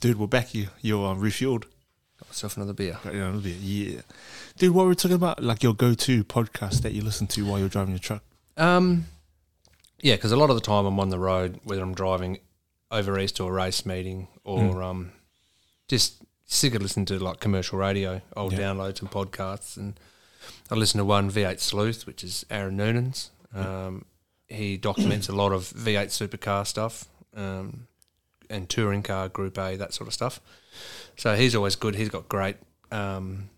dude, we're back. You, you're um, refueled. Got myself another beer. Got your own beer. Yeah. Dude, what we're talking about, like your go to podcast that you listen to while you're driving your truck. Um, yeah, because a lot of the time I'm on the road, whether I'm driving over east to a race meeting or um, just sick of listening to like commercial radio. I'll Yeah. download some podcasts and I listen to one V8 Sleuth, which is Aaron Noonan's. Um, he documents a lot of V8 supercar stuff um, and touring car, Group A, that sort of stuff. So he's always good. He's got great um,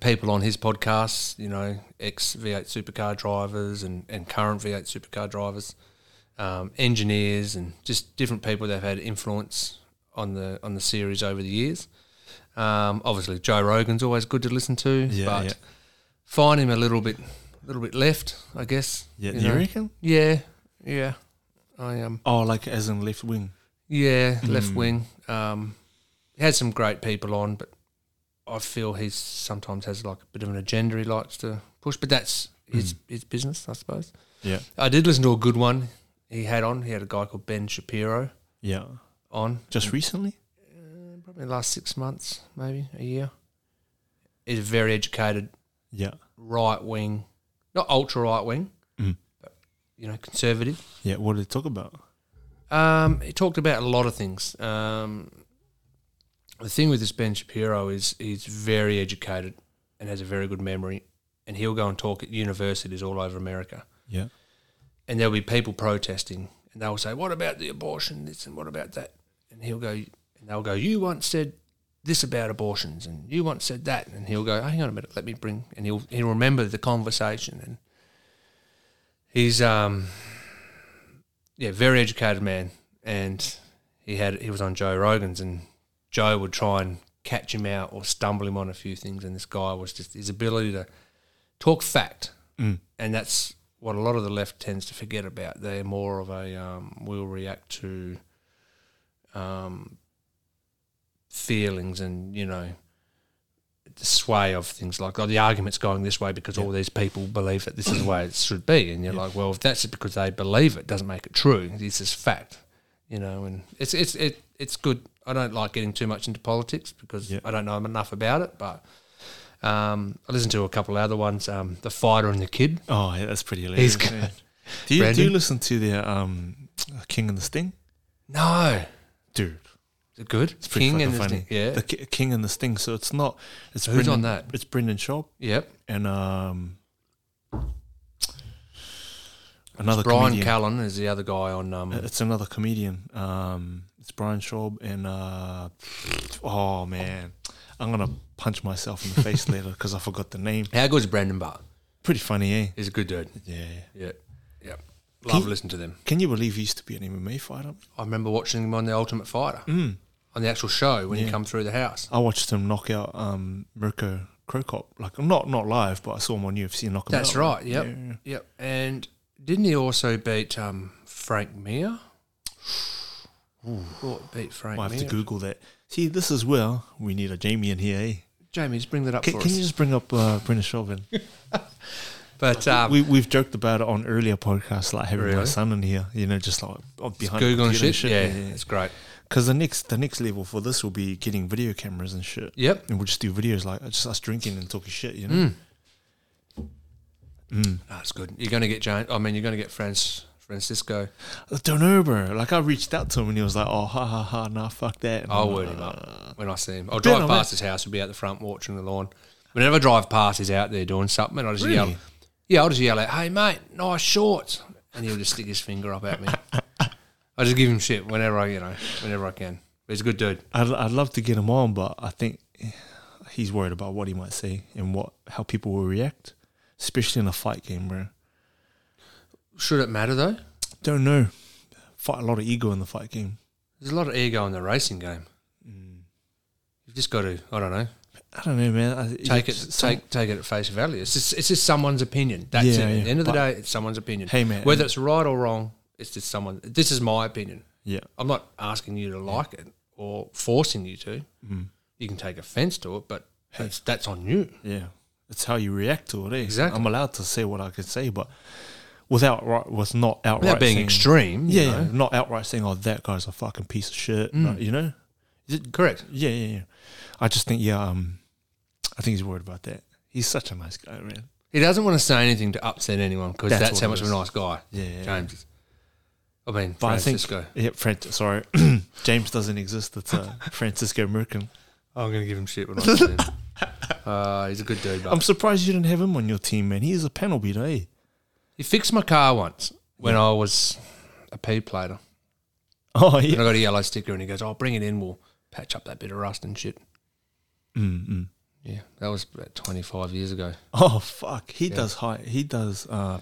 people on his podcasts, you know, ex V8 supercar drivers and, and current V8 supercar drivers, um, engineers, and just different people that have had influence on the on the series over the years. Um, obviously, Joe Rogan's always good to listen to, Yeah, but yeah. find him a little bit, little bit left, I guess. Yeah. You, know. reckon? Yeah, yeah. I um, Oh, like as in left wing. yeah, left Mm. wing. Um, he has some great people on, but I feel he's sometimes has like a bit of an agenda he likes to push. But that's his his business, I suppose. Yeah. I did listen to a good one he had on. He had a guy called Ben Shapiro Yeah. on uh, Just recently? probably the last six months, maybe a year. He's a very educated, Yeah. right wing, not ultra right wing, Mm. but you know, conservative. Yeah. What did it talk about? Um, he talked about a lot of things. Um, the thing with this Ben Shapiro is he's very educated and has a very good memory, and he'll go and talk at universities all over America, Yeah. and there'll be people protesting, and they'll say, "What about the abortion? This and what about that?" And he'll go, and they'll go, "You once said." This about abortions, and you once said that, and he'll go, "Hang on a minute, let me bring," and he'll he'll remember the conversation, and he's um yeah, very educated man, and he had he was on Joe Rogan's, and Joe would try and catch him out or stumble him on a few things, and this guy was just his ability to talk fact, Mm. and that's what a lot of the left tends to forget about. They're more of a um, will react to um, feelings and you know the sway of things like oh the argument's going this way because all these people believe that this is the way it should be and you're like well if that's because they believe it doesn't make it true this is fact you know and it's it's it, it's good I don't like getting too much into politics because Yeah. I don't know enough about it but um, I listened to a couple of other ones um, the fighter and the kid Oh, yeah. That's pretty hilarious. good. yeah. Do you, do you Brandon? listen to the um, King and the Sting? no Dude. is it good It's pretty fucking the funny. Sting, yeah The Ki- King and the Sting. So it's not. It's Who's Brendan, on that? It's Brendan Schaub yep and um, another Brian comedian. Callan is the other guy on um, it's another comedian. Um, it's Brian Schaub and uh, oh man, I'm gonna punch myself in the face later because I forgot the name. how good's Brandon Barr Pretty funny, eh? he's a good dude Yeah. Yeah, yeah. Can Love you- listening to them. Can you believe he used to be an MMA fighter? I remember watching him on The Ultimate Fighter Mm. on the actual show when he come through the house. I watched him knock out um, Mirko Krokop. Like not not live, but I saw him on UFC knock him out. That's right. Yep, Yeah. yep. And didn't he also beat um, Frank Mir? Thought beat Frank I have to Mir. Google that. See, this is where we need a Jamie in here. Eh? Jamie, just bring that up Can, for can us. you just bring up uh, Brendan Chauvin? but um, we, we've joked about it on earlier podcasts, like having my Really? son in here. You know, just like oh, behind the Googling computer shit, yeah, it's great. Because the next the next level for this will be getting video cameras and shit. Yep. And we'll just do videos like just us drinking and talking shit. You know. Mm. Ah, That's good. You're going to get Jane. I mean, you're going to get Franz Francisco. I don't know, bro. Like I reached out to him and he was like, "Oh, ha ha ha, nah, fuck that." And I'll I'm word like, him up when I see him. I'll Ben, drive I'm past his house. He'll be out the front watching the lawn. Whenever I drive past, he's out there doing something. and I just yell, Really? "Yeah!" I'll just yell out, "Hey, mate, nice shorts!" And he'll just stick his finger up at me. I just give him shit whenever I, you know, whenever I can. But he's a good dude. I'd, I'd love to get him on, but I think he's worried about what he might say and what how people will react, especially in a fight game, bro. Should it matter though? Don't know. Fight a lot of ego in the fight game. There's a lot of ego in the racing game. Mm. You've just got to, I don't know, I don't know, man. I, take it, it's some- take take it at face value. It's just, it's just someone's opinion. That's Yeah, it. At yeah, the end of the but- day, it's someone's opinion. Hey, man, whether and- it's right or wrong, it's just someone. This is my opinion. Yeah, I'm not asking you to like it or forcing you to. You can take offence to it, but that's, that's on you. yeah. It's how you react to it. Eh? Exactly. I'm allowed to say what I can say, but without right, was not outright Without being saying, extreme, you Yeah, know. Mm. yeah, not outright saying, "Oh, that guy's a fucking piece of shit." no, you know, Correct. Yeah, yeah, yeah. I just think, yeah, um, I think he's worried about that. He's such a nice guy, man. He doesn't want to say anything to upset anyone because That's what that's, how it much of a is. nice guy Yeah, yeah, yeah. James is. I mean, But I think- Francisco. Yeah, Fran- sorry, James doesn't exist. It's uh, Francisco Merkin. I'm going to give him shit when I see him. Uh, he's a good dude, but I'm surprised you didn't have him on your team, man. He is a panel beater, eh? he fixed my car once when I was a pea plater. Oh, And yeah. I got a yellow sticker, and he goes, "I'll bring it in. We'll patch up that bit of rust and shit." mm mm. Yeah, that was about 25 years ago. Oh, fuck. He Yeah. does high. He does. Uh,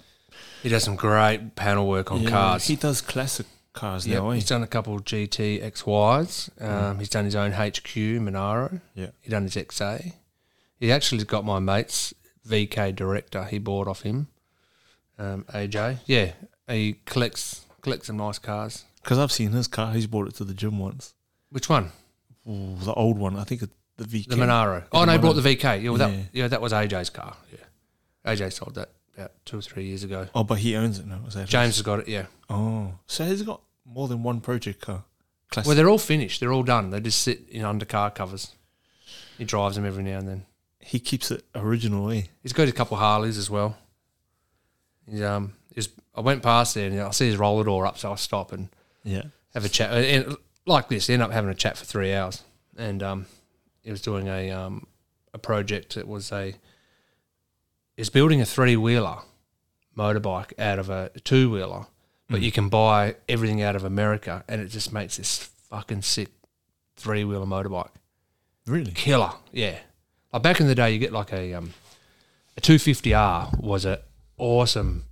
He does some great panel work on yeah, cars. He does classic cars Yep, now, eh? he's done a couple of GT XYs. Um, He's done his own HQ Monaro. Yeah. He done his XA. He actually got my mate's VK director. He bought off him. Um, AJ. Yeah, he collects collects some nice cars. Because I've seen his car. He's brought it to the gym once. Which one? Ooh, the old one. I think it, the VK. The Monaro. Oh no, he brought the VK. Yeah, well, that, Yeah. yeah. that was AJ's car. Yeah, AJ sold that about two or three years ago. Oh, but he owns it now. Is that James has got it. Yeah. Oh, so he's got more than one project car. Classic. Well, they're all finished. They're all done. They just sit in under car covers. He drives them every now and then. he keeps it original, eh? He's got a couple of Harleys as well. He's, um, he's, I went past there and I see his roller door up, so I stop and Yeah. have a chat. And like this, end up having a chat for three hours. And um, he was doing a um, a project that was a he's building a three wheeler motorbike out of a two wheeler, but you can buy everything out of America, and it just makes this fucking sick three wheeler motorbike Really? killer. Yeah, like back in the day, you get like a um, a two fifty R was a awesome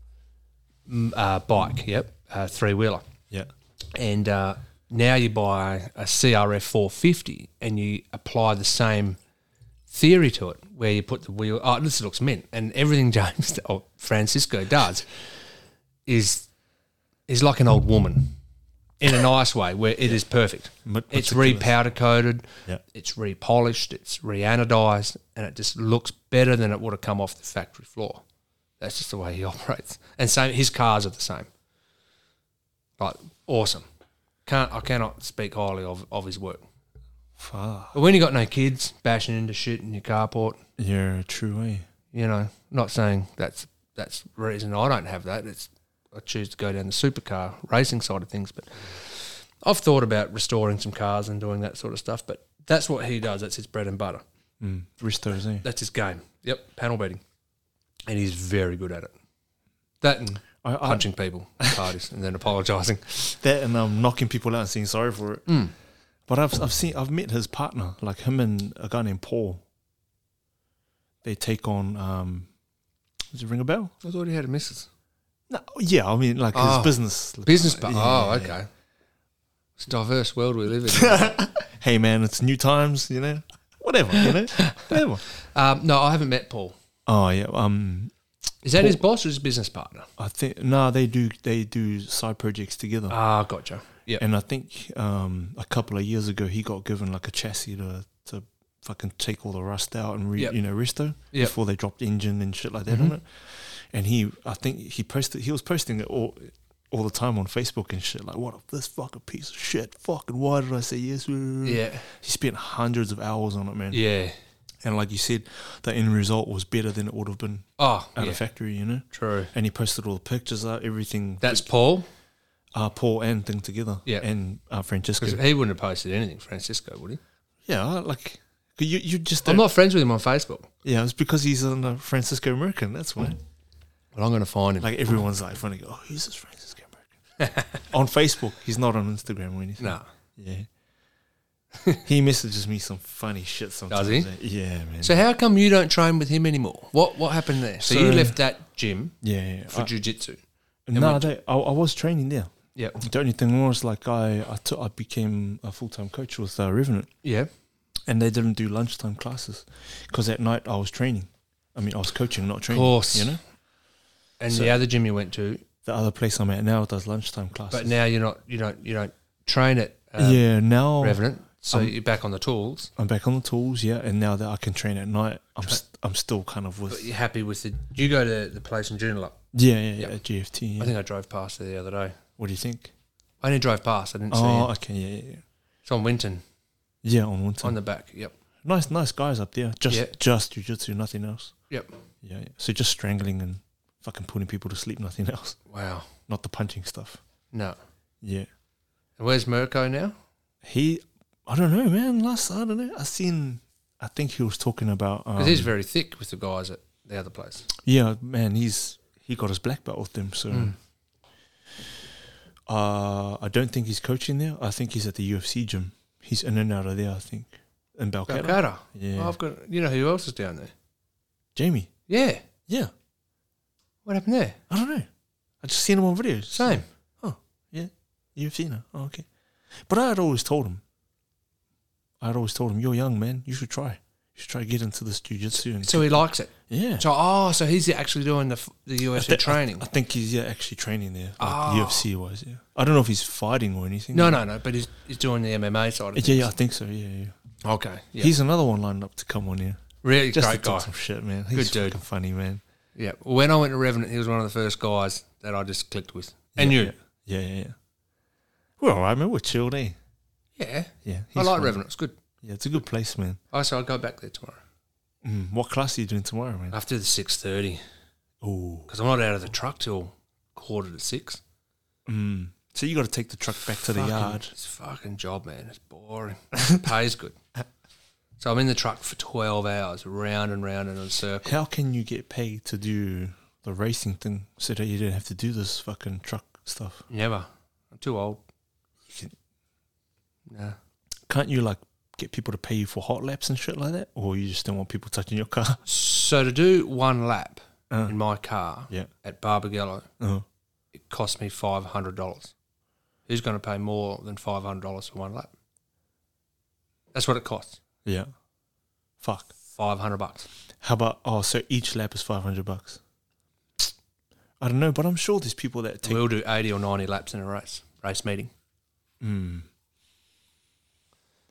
mm, uh, bike. Yep, uh, three wheeler, Yeah. and uh, now you buy a CRF four fifty and you apply the same theory to it, where you put the wheel. Oh, this looks mint, and everything James or Francisco does is is like an old woman. In a nice way, where it is perfect. Ma- It's meticulous. repowder coated Yeah. it's repolished, it's reanodized, and it just looks better than it would have come off the factory floor. That's just the way he operates. And same, his cars are the same. Like awesome. Can't I cannot speak highly of, of his work. Fuck. But when you got no kids bashing into shit in your carport, Yeah, true, eh? you know, not saying that's that's the reason I don't have that. It's I choose to go down the supercar racing side of things, but I've thought about restoring some cars and doing that sort of stuff. But that's what he does. That's his bread and butter. Mm. Restos, eh? That's his game. Yep, panel beating, and he's very good at it. That and I, I, punching people, at parties, and then apologising. that and um, knocking people out and saying sorry for it. Hmm. But I've I've seen I've met his partner, like him and a guy named Paul. They take on. um Does it ring a bell? I thought he had a missus. No, yeah, I mean like Oh. his business. Business, Yeah, but yeah, oh, yeah. okay. It's a diverse world we live in. Hey man, it's new times, you know. Whatever, you know, whatever. um, no, I haven't met Paul. Oh yeah, um, Is that his boss or his business partner? I think no, they do they do side projects together. Ah, gotcha. Yeah, And I think um, a couple of years ago, he got given like a chassis to, to fucking take all the rust out and re, Yep. you know resto Yep. Mm-hmm. before they dropped engine and shit like that on it. And he, I think he posted, he was posting it all all the time on Facebook and shit. Like, what a, this fucking piece of shit? Fucking why did I say yes? Yeah. yeah, He spent hundreds of hours on it, man. yeah. And like you said, the end result was better than it would have been Oh, at yeah. a factory, you know. true. And he posted all the pictures, out, everything. That's Paul. uh, Paul and thing together. Yeah. And uh, Francesco. Because he wouldn't have posted anything, Francisco, would he? Yeah, I like 'cause you, you just I'm don't- not friends with him on Facebook. yeah. It's because he's an, a Francisco American. That's why. Mm. But I'm going to find him. Like everyone's like, funny. Oh, who's this Francisco American? on Facebook, he's not on Instagram or anything. no. Yeah. he messages me some funny shit sometimes. he? eh? Yeah, man. So how come you don't train with him anymore? What what happened there? So, you So- left that gym yeah, yeah. for I- jiu-jitsu. no, they, I, I was training there. Yeah. The only thing was like I I, took, I became a full time coach with uh, Revenant, Yeah. and they didn't do lunchtime classes because at night I was training. I mean, I was coaching, not training. course. you know. And So- the other gym you went to, The other place I'm at now does lunchtime classes. but now you're not you don't you don't train at uh, yeah, now Revenant. So Um, you're back on the tools, I'm back on the tools, yeah, and now that I can train at night, I'm st- I'm still kind of but with you're happy with the you go to the place in Joondalup. yeah, yeah, yeah, Yeah. at GFT. I Yeah. think I drove past there the other day. What do you think? I only drove past, I didn't see Oh, it. okay, yeah, yeah, yeah. It's on Winton. Yeah, on Winter. on the back. Yep. nice, nice guys up there. Just, Yeah. just jujitsu, nothing else. Yep. Yeah, yeah. So just strangling and fucking putting people to sleep, nothing else. Wow. Not the punching stuff. No. Yeah. And where's Mirko now? He, I don't know, man. Last, I don't know. I seen. I think he was talking about. Um, Because he's very thick with the guys at the other place. yeah, man. He's he got his black belt with them. So Mm. uh, I don't think he's coaching there. I think he's at the UFC gym. He's in and out of there. I think in Balcata. Calcutta. Yeah, Oh, I've got. You know who else is down there? Jamie. Yeah. Yeah, What happened there? I don't know. I just seen him on videos. Same. UFC now. Oh, okay. But I had always told him. I had always told him, "You're young, man. You should try. You should try to get into this jujitsu." And So he likes it. yeah, So oh, so he's actually doing the f- the I UFC thi- training. I think he's yeah, actually training there, like Ah. UFC wise. Yeah, I don't know if he's fighting or anything. No, no, no. But he's he's doing the MMA side. Of Yeah, yeah, I think so. Yeah, yeah. yeah. Okay. Yeah. He's another one lined up to come on here. really Just great to talk guy. some shit, man. He's dude. fucking funny, man. Yeah. When I went to Revenant, he was one of the first guys that I just clicked with. And yeah, you. Yeah, yeah, yeah. We're all right, man. We're chilled, eh? Yeah. Yeah. I he's like funny. Revenant. It's good. Yeah, it's a good place, man. Oh, so I'll go back there tomorrow Mm, what class are you doing tomorrow, man? after the six thirty Uh, Oh. because I'm not out of the truck till quarter to six. Mm. So you got to take the truck back to the Fucking- yard. It's a fucking job, man. It's boring. Pays good. So I'm in the truck for twelve hours, round and round and in a circle. How can you get paid to do the racing thing so that you don't have to do this fucking truck stuff? Never. I'm too old. You Nah. Can't you like get people to pay you for hot laps and shit like that, or you just don't want people touching your car? So to do one lap Uh, in my car yeah. at Barbagallo, Uh, it cost me five hundred dollars. Who's going to pay more than five hundred dollars for one lap? That's what it costs. yeah. Fuck. Five hundred bucks. How about oh, so each lap is five hundred bucks. I don't know, but I'm sure there's people that take. We'll do eighty or ninety laps in a race race meeting. Mm.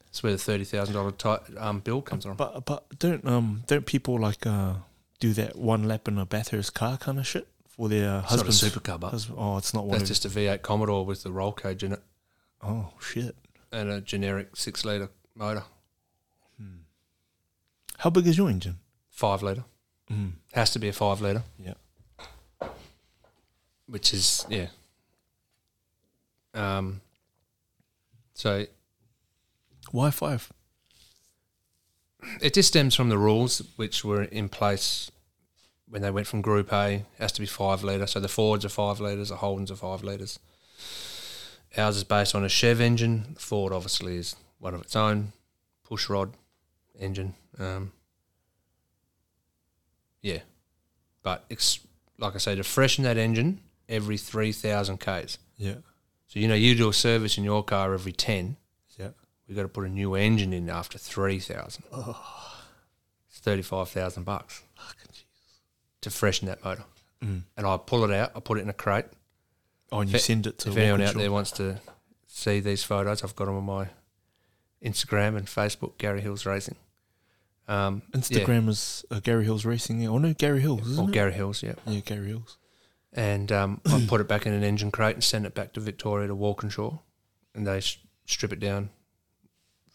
That's where the thirty thousand dollar um, bill comes from. But but don't um don't people like uh do that one lap in a Bathurst car kind of shit for their It's not a husbands? supercar, but husband- oh, it's not one. that's of- just a V8 Commodore with the roll cage in it oh shit. and a generic six liter motor, Hmm. How big is your engine? five liter. Mm. Has to be a five liter. Yeah. which is yeah. Um. So Why five? it just stems from the rules which were in place when they went from Group A. It has to be five litre. So the Fords are five litres, the Holdens are five litres. Ours is based on a Chev engine. Ford obviously is one of its own push rod engine. Um, yeah, but it's like I say to freshen that engine every three thousand k's. Yeah. So you know you do a service in your car every ten Yeah. we got to put a new engine in after three thousand. Oh. It's thirty five thousand bucks to freshen that motor. Mm. And I pull it out. I put it in a crate. Oh, and you If- send it to if anyone out Walkinshaw. there wants to see these photos, I've got them on my Instagram and Facebook. Gary Hills Racing. Um, yeah, Instagram is uh, Gary Hills Racing. Yeah. Oh no, Gary Hills. Isn't or it? Gary Hills, yeah. yeah, Gary Hills. And um, I put it back in an engine crate and send it back to Victoria to Walkinshaw, and they s- strip it down,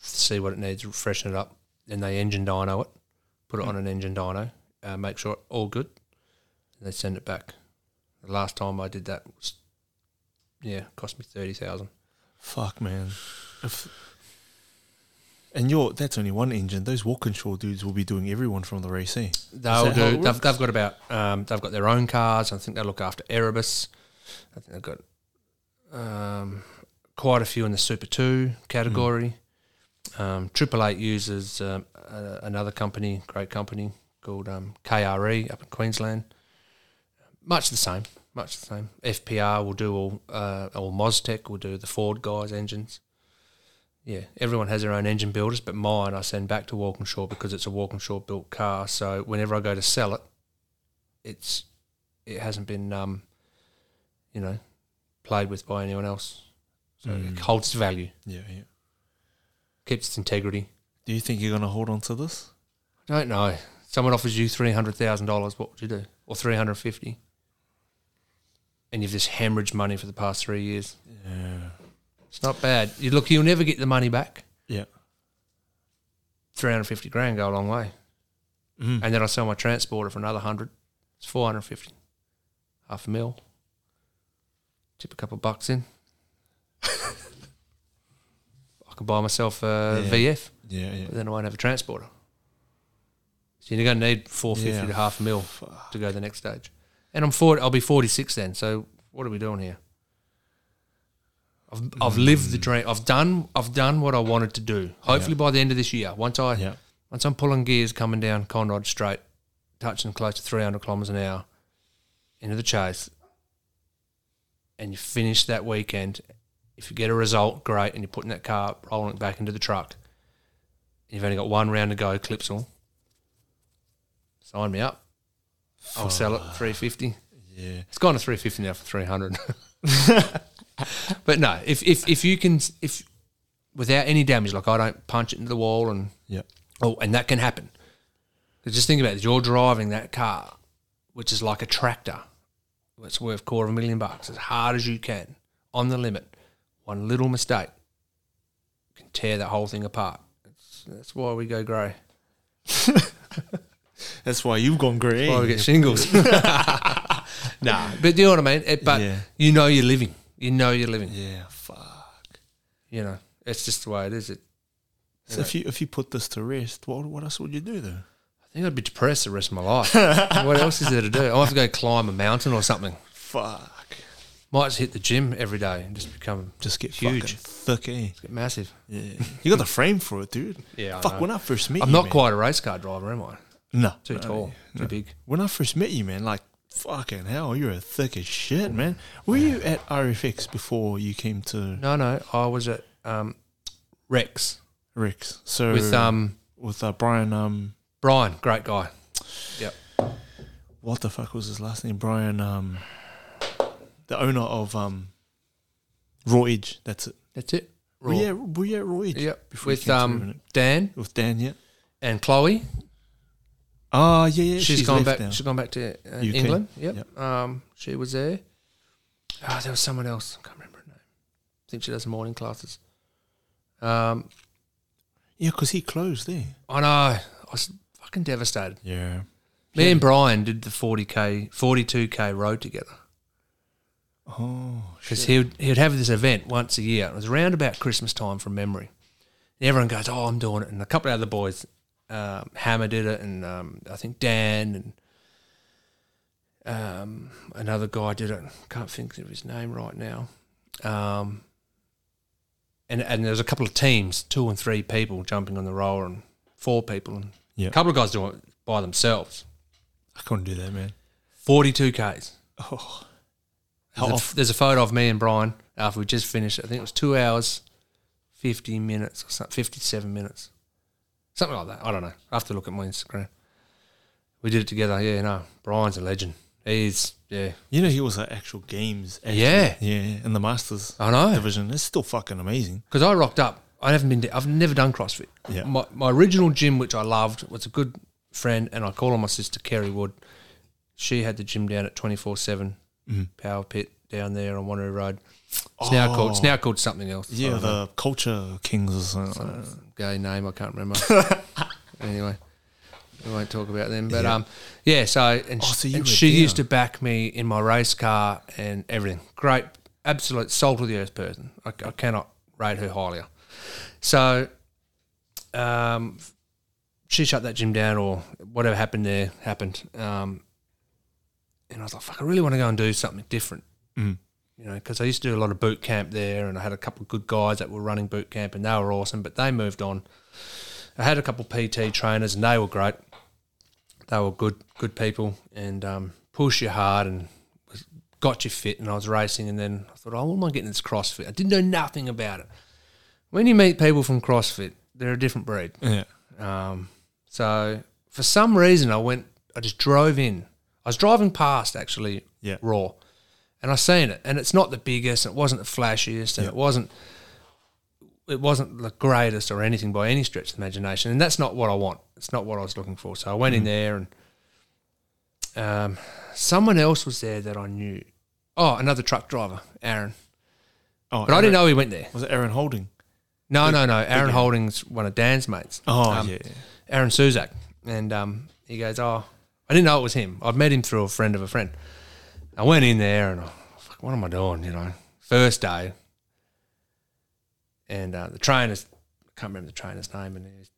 see what it needs, freshen it up, then they engine dyno it, put it on an engine dyno, uh, make sure it all good, and they send it back. The last time I did that was, yeah, cost me thirty thousand. Fuck man. If and you're that's only one engine. Those Walkinshaw dudes will be doing everyone from the race. Eh? They'll that how it do. They've, works? they've got about. Um, they've got their own cars. I think they look after Erebus. I think they've got um, quite a few in the Super Two category. Um, Triple Eight uses um, a, another company, great company called um, KRE up in Queensland. Much the same. Much the same. FPR will do all. Uh, or Moztec will do the Ford guys' engines. Yeah, everyone has their own engine builders, but mine I send back to Walkinshaw because it's a Walkinshaw built car. So whenever I go to sell it, it's it hasn't been um, you know played with by anyone else, so it Mm. holds its value, Yeah, yeah. keeps its integrity. Do you think you're gonna hold on to this? I don't know. Someone offers you three hundred thousand dollars, what would you do? Or three hundred fifty? And you've just hemorrhaged money for the past three years. Yeah. It's not bad. You look, you'll never get the money back. Yeah. 350 grand go a long way. Mm. And then I sell my transporter for another 100. It's 450. Half a mil. Chip a couple bucks in. I can buy myself a Yeah. VF, Yeah, yeah. but then I won't have a transporter. So you're going to need 450 Yeah. to half a mil to go to the next stage. And I'm 40, I'll be 46 then. So what are we doing here? I've, I've lived Mm. the dream. I've done I've done what I wanted to do. Hopefully by the end of this year, once I Yeah. once I'm pulling gears coming down Conrad Straight, touching close to 300 kilometres an hour into the chase, and you finish that weekend, if you get a result, great, and you're putting that car, up, rolling it back into the truck, and you've only got one round to go, Clipsal, sign me up. I'll sell it 350. Yeah. It's gone to 350 now for 300. but no, if, if, if you can, if without any damage, like I don't punch it into the wall and Yeah. Oh, and that can happen. So Just think about it. You're driving that car, which is like a tractor. It's worth quarter of a million bucks as hard as you can on the limit. One little mistake can tear that whole thing apart. It's, that's why we go grey. That's why you've gone grey. Why we get shingles. nah, but you know what I mean. It- but Yeah. you know you're living. You know you're living. yeah. Fuck. You know it's just the way it is. It, So if you if you put this to rest, what what else would you do though? I think I'd be depressed the rest of my life. what else is there to do? I'll have to go climb a mountain or something. Fuck. Might just hit the gym every day and just become Just get Huge. fucking thick, eh? get massive. Yeah. You got the frame for it, dude. Yeah, I Fuck. know. When I first met I'm you, not man- quite a race car driver, am I? No. Too No. tall, too big. When I first met you, man, like fucking hell, you're a thick as shit, man. Were you at RFX before you came to No, no, I was at um, Rex Rex? So with um, with uh, Brian um Brian, great guy. Yep. what the fuck was his last name? Brian um the owner of um Raw Edge. That's it. That's it. Were you, at, were you at Raw Edge? Yep. before you With came to um, Ruin Dan it? with Dan, yeah. and Chloe. Oh yeah, yeah. she's gone left back. now. She's gone back to uh, UK. England. Yep. Yep. Um, she was there. Ah, there was someone else. I can't remember her name. I think she does morning classes. Um, Yeah, because he closed there. I know. I was fucking devastated. Yeah. Me and Brian did the 40k, 42k road together. Oh because he would, he would have this event once a year. It was around about Christmas time from memory. And everyone goes, "Oh, I'm doing it," and a couple of other boys, um, Hammer did it, and um, I think Dan and um, another guy did it. Can't think of his name right now. Um, and and there was a couple of teams, two and three people jumping on the roller, and four people, and Yeah. a couple of guys doing it by themselves. I couldn't do that, man. Forty-two ks. Oh. How There's a, off- there's a photo of me and Brian after we just finished. I think it was two hours, fifty minutes or something, fifty-seven minutes, something like that. I don't know. I have to look at my Instagram. We did it together. Yeah, no, Brian's a legend. He's yeah, You know he was at actual games. actually. Yeah. Yeah, yeah. In the Masters I know. division. It's still fucking amazing. Because I rocked up. I haven't been. To, I've never done CrossFit. Yeah. My my original gym, which I loved, was a good friend, and I call on my sister Kerry Wood. She had the gym down at twenty four seven Power Pit down there on Wanneroo Road. It's now called. It's now called something else. I Yeah, don't know. the Culture Kings or something. like that. Uh, gay name. I can't remember. anyway, we won't talk about them. But Yeah. um, yeah. So and, Oh, sh- so you and were she there. used to back me in my race car and everything. Great, absolute salt of the earth person. I, I cannot rate her higher. So, um, she shut that gym down or whatever happened there happened. Um, and I was like, fuck, I really want to go and do something different. Mm. You know, because I used to do a lot of boot camp there, and I had a couple of good guys that were running boot camp, and they were awesome. But they moved on. I had a couple PT trainers, and they were great. They were good, good people, and um, push you hard and was- got you fit. And I was racing, and then I thought, oh, what am I getting into this CrossFit? I didn't know nothing about it. When you meet people from CrossFit, they're a different breed. Mm. Yeah. Um, so for some reason, I went. I just drove in. I was driving past actually, Yeah. Raw, and I seen it. And it's not the biggest. And it wasn't the flashiest, and it wasn't. It wasn't the greatest or anything by any stretch of the imagination, and that's not what I want. It's not what I was looking for. So I Mm. went in there, and um, someone else was there that I knew. Oh, another truck driver, Aaron. Oh, But I didn't know he went there. Was it Aaron Holding? No, no, no. big Aaron Aaron. Holding's one of Dan's mates. Oh Um, yeah, Aaron Suzak. And um, he goes, Oh, I didn't know it was him. I'd met him through a friend of a friend. I went in there and, oh, fuck, what am I doing? You know, first day. And uh, the trainer's, I can't remember the trainer's name, and he's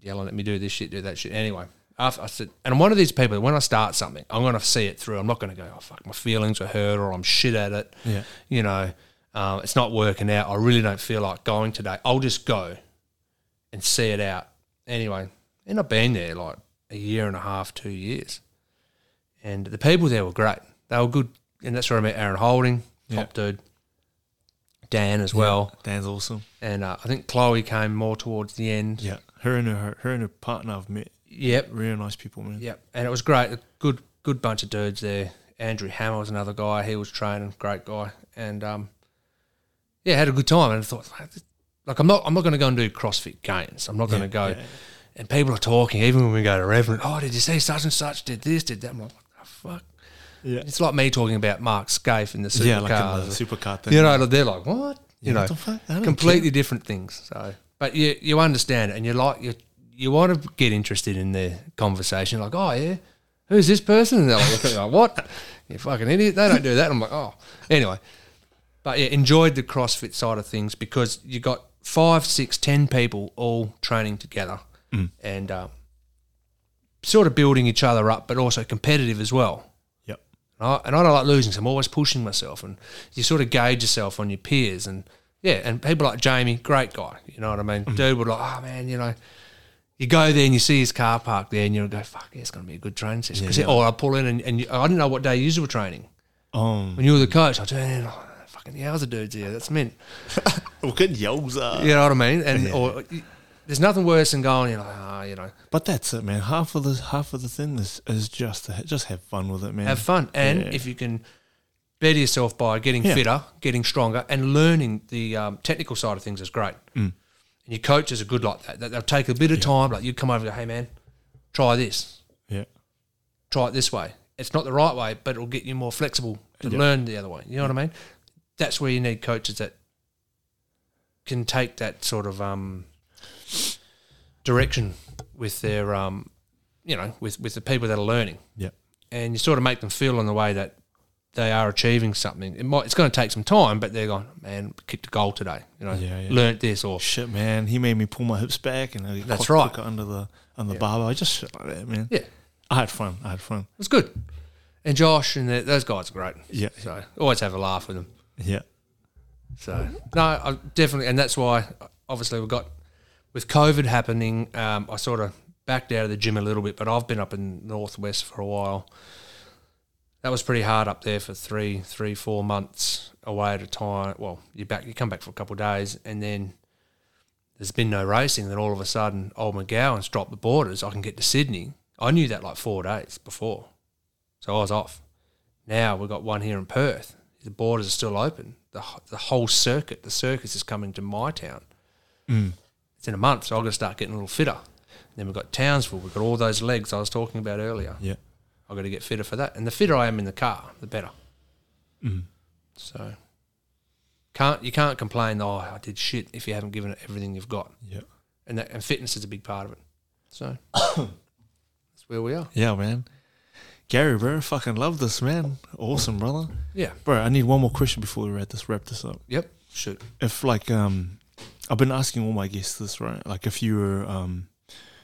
yelling at me, do this shit, do that shit. Anyway, after, I said, and I'm one of these people, when I start something, I'm going to see it through. I'm not going to go, oh, fuck, my feelings were hurt or I'm shit at it. Yeah. You know, um, it's not working out. I really don't feel like going today. I'll just go and see it out. Anyway, and I've been there like a year and a half, two years. And the people there were great. They were good. And that's where I met Aaron Holding, top dude, Dan as well. Dan's awesome. And uh, I think Chloe came more towards the end. Yeah, her and her her and her partner I've met Yep. really nice people, man. Yep, and it was great. A good good bunch of dudes there. Andrew Hammer was another guy. He was training, great guy, and um, yeah, had a good time. And I thought, "Mate, this- like, I'm not I'm not going to go and do CrossFit Games. I'm not going to go. yeah. And people are talking, even when we go to Reverend. Oh, did you see such and such? Did this? Did that? I'm like, what the fuck? Yeah, It's like me talking about Mark Scaife in the supercars. yeah, like a supercar thing. you know, they're like, what? You Yeah, know, what the fuck? I don't completely different things. So, but you you understand it and you like you you want to get interested in their conversation. Like, oh yeah, who's this person? And they're like, looking at you like what? You fucking idiot! They don't do that. I'm like, oh, anyway. But yeah, enjoyed the CrossFit side of things because you got five, six, ten people all training together Mm. and um, sort of building each other up, but also competitive as well. Yep. And I, and I don't like losing, so I'm always pushing myself. And you sort of gauge yourself on your peers. And yeah, and people like Jamie, great guy. You know what I mean? Dude would like, oh man, you know, you go there and you see his car parked there and you'll go, fuck, yeah, it's going to be a good training session. 'Cause- Or I pull in and, and you, I didn't know what day you were training. Um, When you were the coach, I turn in, oh, fucking how's the dude's here. That's mint. good yells are. You know what I mean? And or you- there's nothing worse than going, you know, ah, you know, But that's it, man. Half of the half of the thing is, is just to, just have fun with it, man. have fun. And Yeah. if you can better yourself by getting Yeah. fitter, getting stronger, and learning the um, technical side of things is great. Mm. And your coaches are good like that. They- They'll take a bit of time. Like you come over and go, hey, man, try this, yeah, try it this way. It's not the right way, but it'll get you more flexible to learn the other way. You know what I mean? That's where you need coaches that can take that sort of um, direction with their, um, you know, with, with the people that are learning yeah, and you sort of make them feel on the way that they are achieving something. It might it's going to take some time, but they're going, man, kicked a goal today. You know, Yeah, yeah. learnt this or shit, man. He made me pull my hips back and I That's cock- right. cock it under the under the barber. I just shit like that, man. yeah, it I had fun. I had fun. was good. And Josh and the, those guys are great. Yeah, So always have a laugh with them. yeah, So no, I definitely, and that's why obviously we got with COVID happening. Um, I sort of backed out of the gym a little bit, but I've been up in northwest for a while. That was pretty hard up there for three, three, four months away at a time. Well, you back, you come back for a couple of days, and then there's been no racing. Then all of a sudden, Old McGowan's dropped the borders. I can get to Sydney. I knew that like four days before, so I was off. Now we've got one here in Perth. The borders are still open. The, wh- the whole circuit, the circus is coming to my town. It's in a month, so I've got to start getting a little fitter. Then we've got Townsville. We've got all those legs I was talking about earlier. yeah. I've got to get fitter for that. And the fitter I am in the car, the better. Mm. So can't you can't complain, oh, I did shit if you haven't given it everything you've got. Yeah. And, that, and fitness is a big part of it. So that's where we are. Yeah, man. Gary, bro, fucking love this, man. Awesome, brother. Yeah. Bro, I need one more question before we wrap this wrap this up. Yep. Shoot. If like um I've been asking all my guests this, right? Like if you were um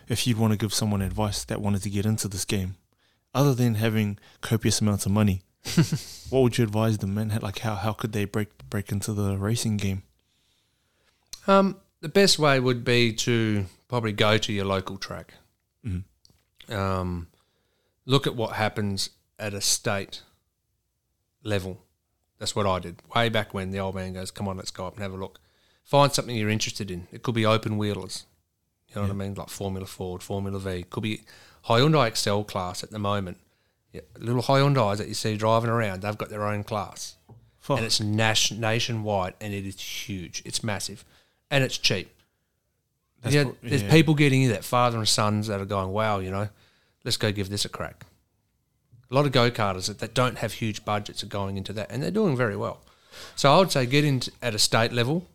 if you'd want to give someone advice that wanted to get into this game, other than having copious amounts of money, what would you advise them, man? Like how how could they break break into the racing game? Um, the best way would be to probably go to your local track. Mhm. Um, look at what happens at a state level. That's what I did way back when the old man goes, "Come on, let's go up and have a look. Find something you're interested in. It could be open wheelers. You know what I mean, like Formula Ford, Formula V. Could be Hyundai Excel class at the moment. Yeah, little Hyundai's that you see driving around, they've got their own class Fuck. and it's nas- nationwide and it is huge. It's massive and it's cheap. That's yeah, what- there's yeah. people getting into that, father and sons that are going, wow, you know, let's go give this a crack. A lot of go karters that, that don't have huge budgets are going into that and they're doing very well. So I would say get into at a state level,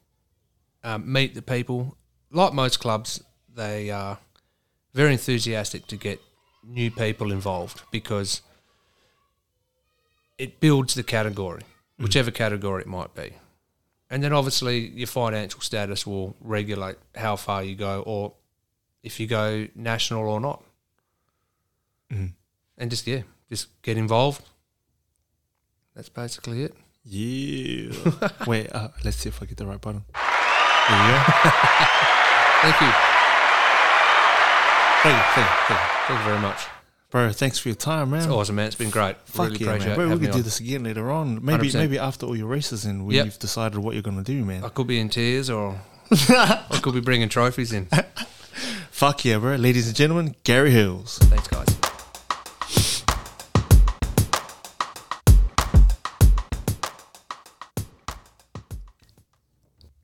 um, meet the people. Like most clubs, they are very enthusiastic to get new people involved because it builds the category, Mm. whichever category it might be. And then obviously your financial status will regulate how far you go or if you go national or not. Mhm. And just, yeah, just get involved. That's basically it. Yeah. Wait, uh, let's see if I get the right button. There you go. Thank you. Thank you, thank you, thank you. Thank you very much. Bro, thanks for your time, man. It's awesome, man. It's been great. Fuck really yeah, appreciate man. Bro, we having could me do on. this again later on. Maybe 100%. maybe after all your races and when Yep. you've decided what you're going to do, man. I could be in tears or I could be bringing trophies in. Fuck yeah, bro. Ladies and gentlemen, Gary Hills. Thanks, guys.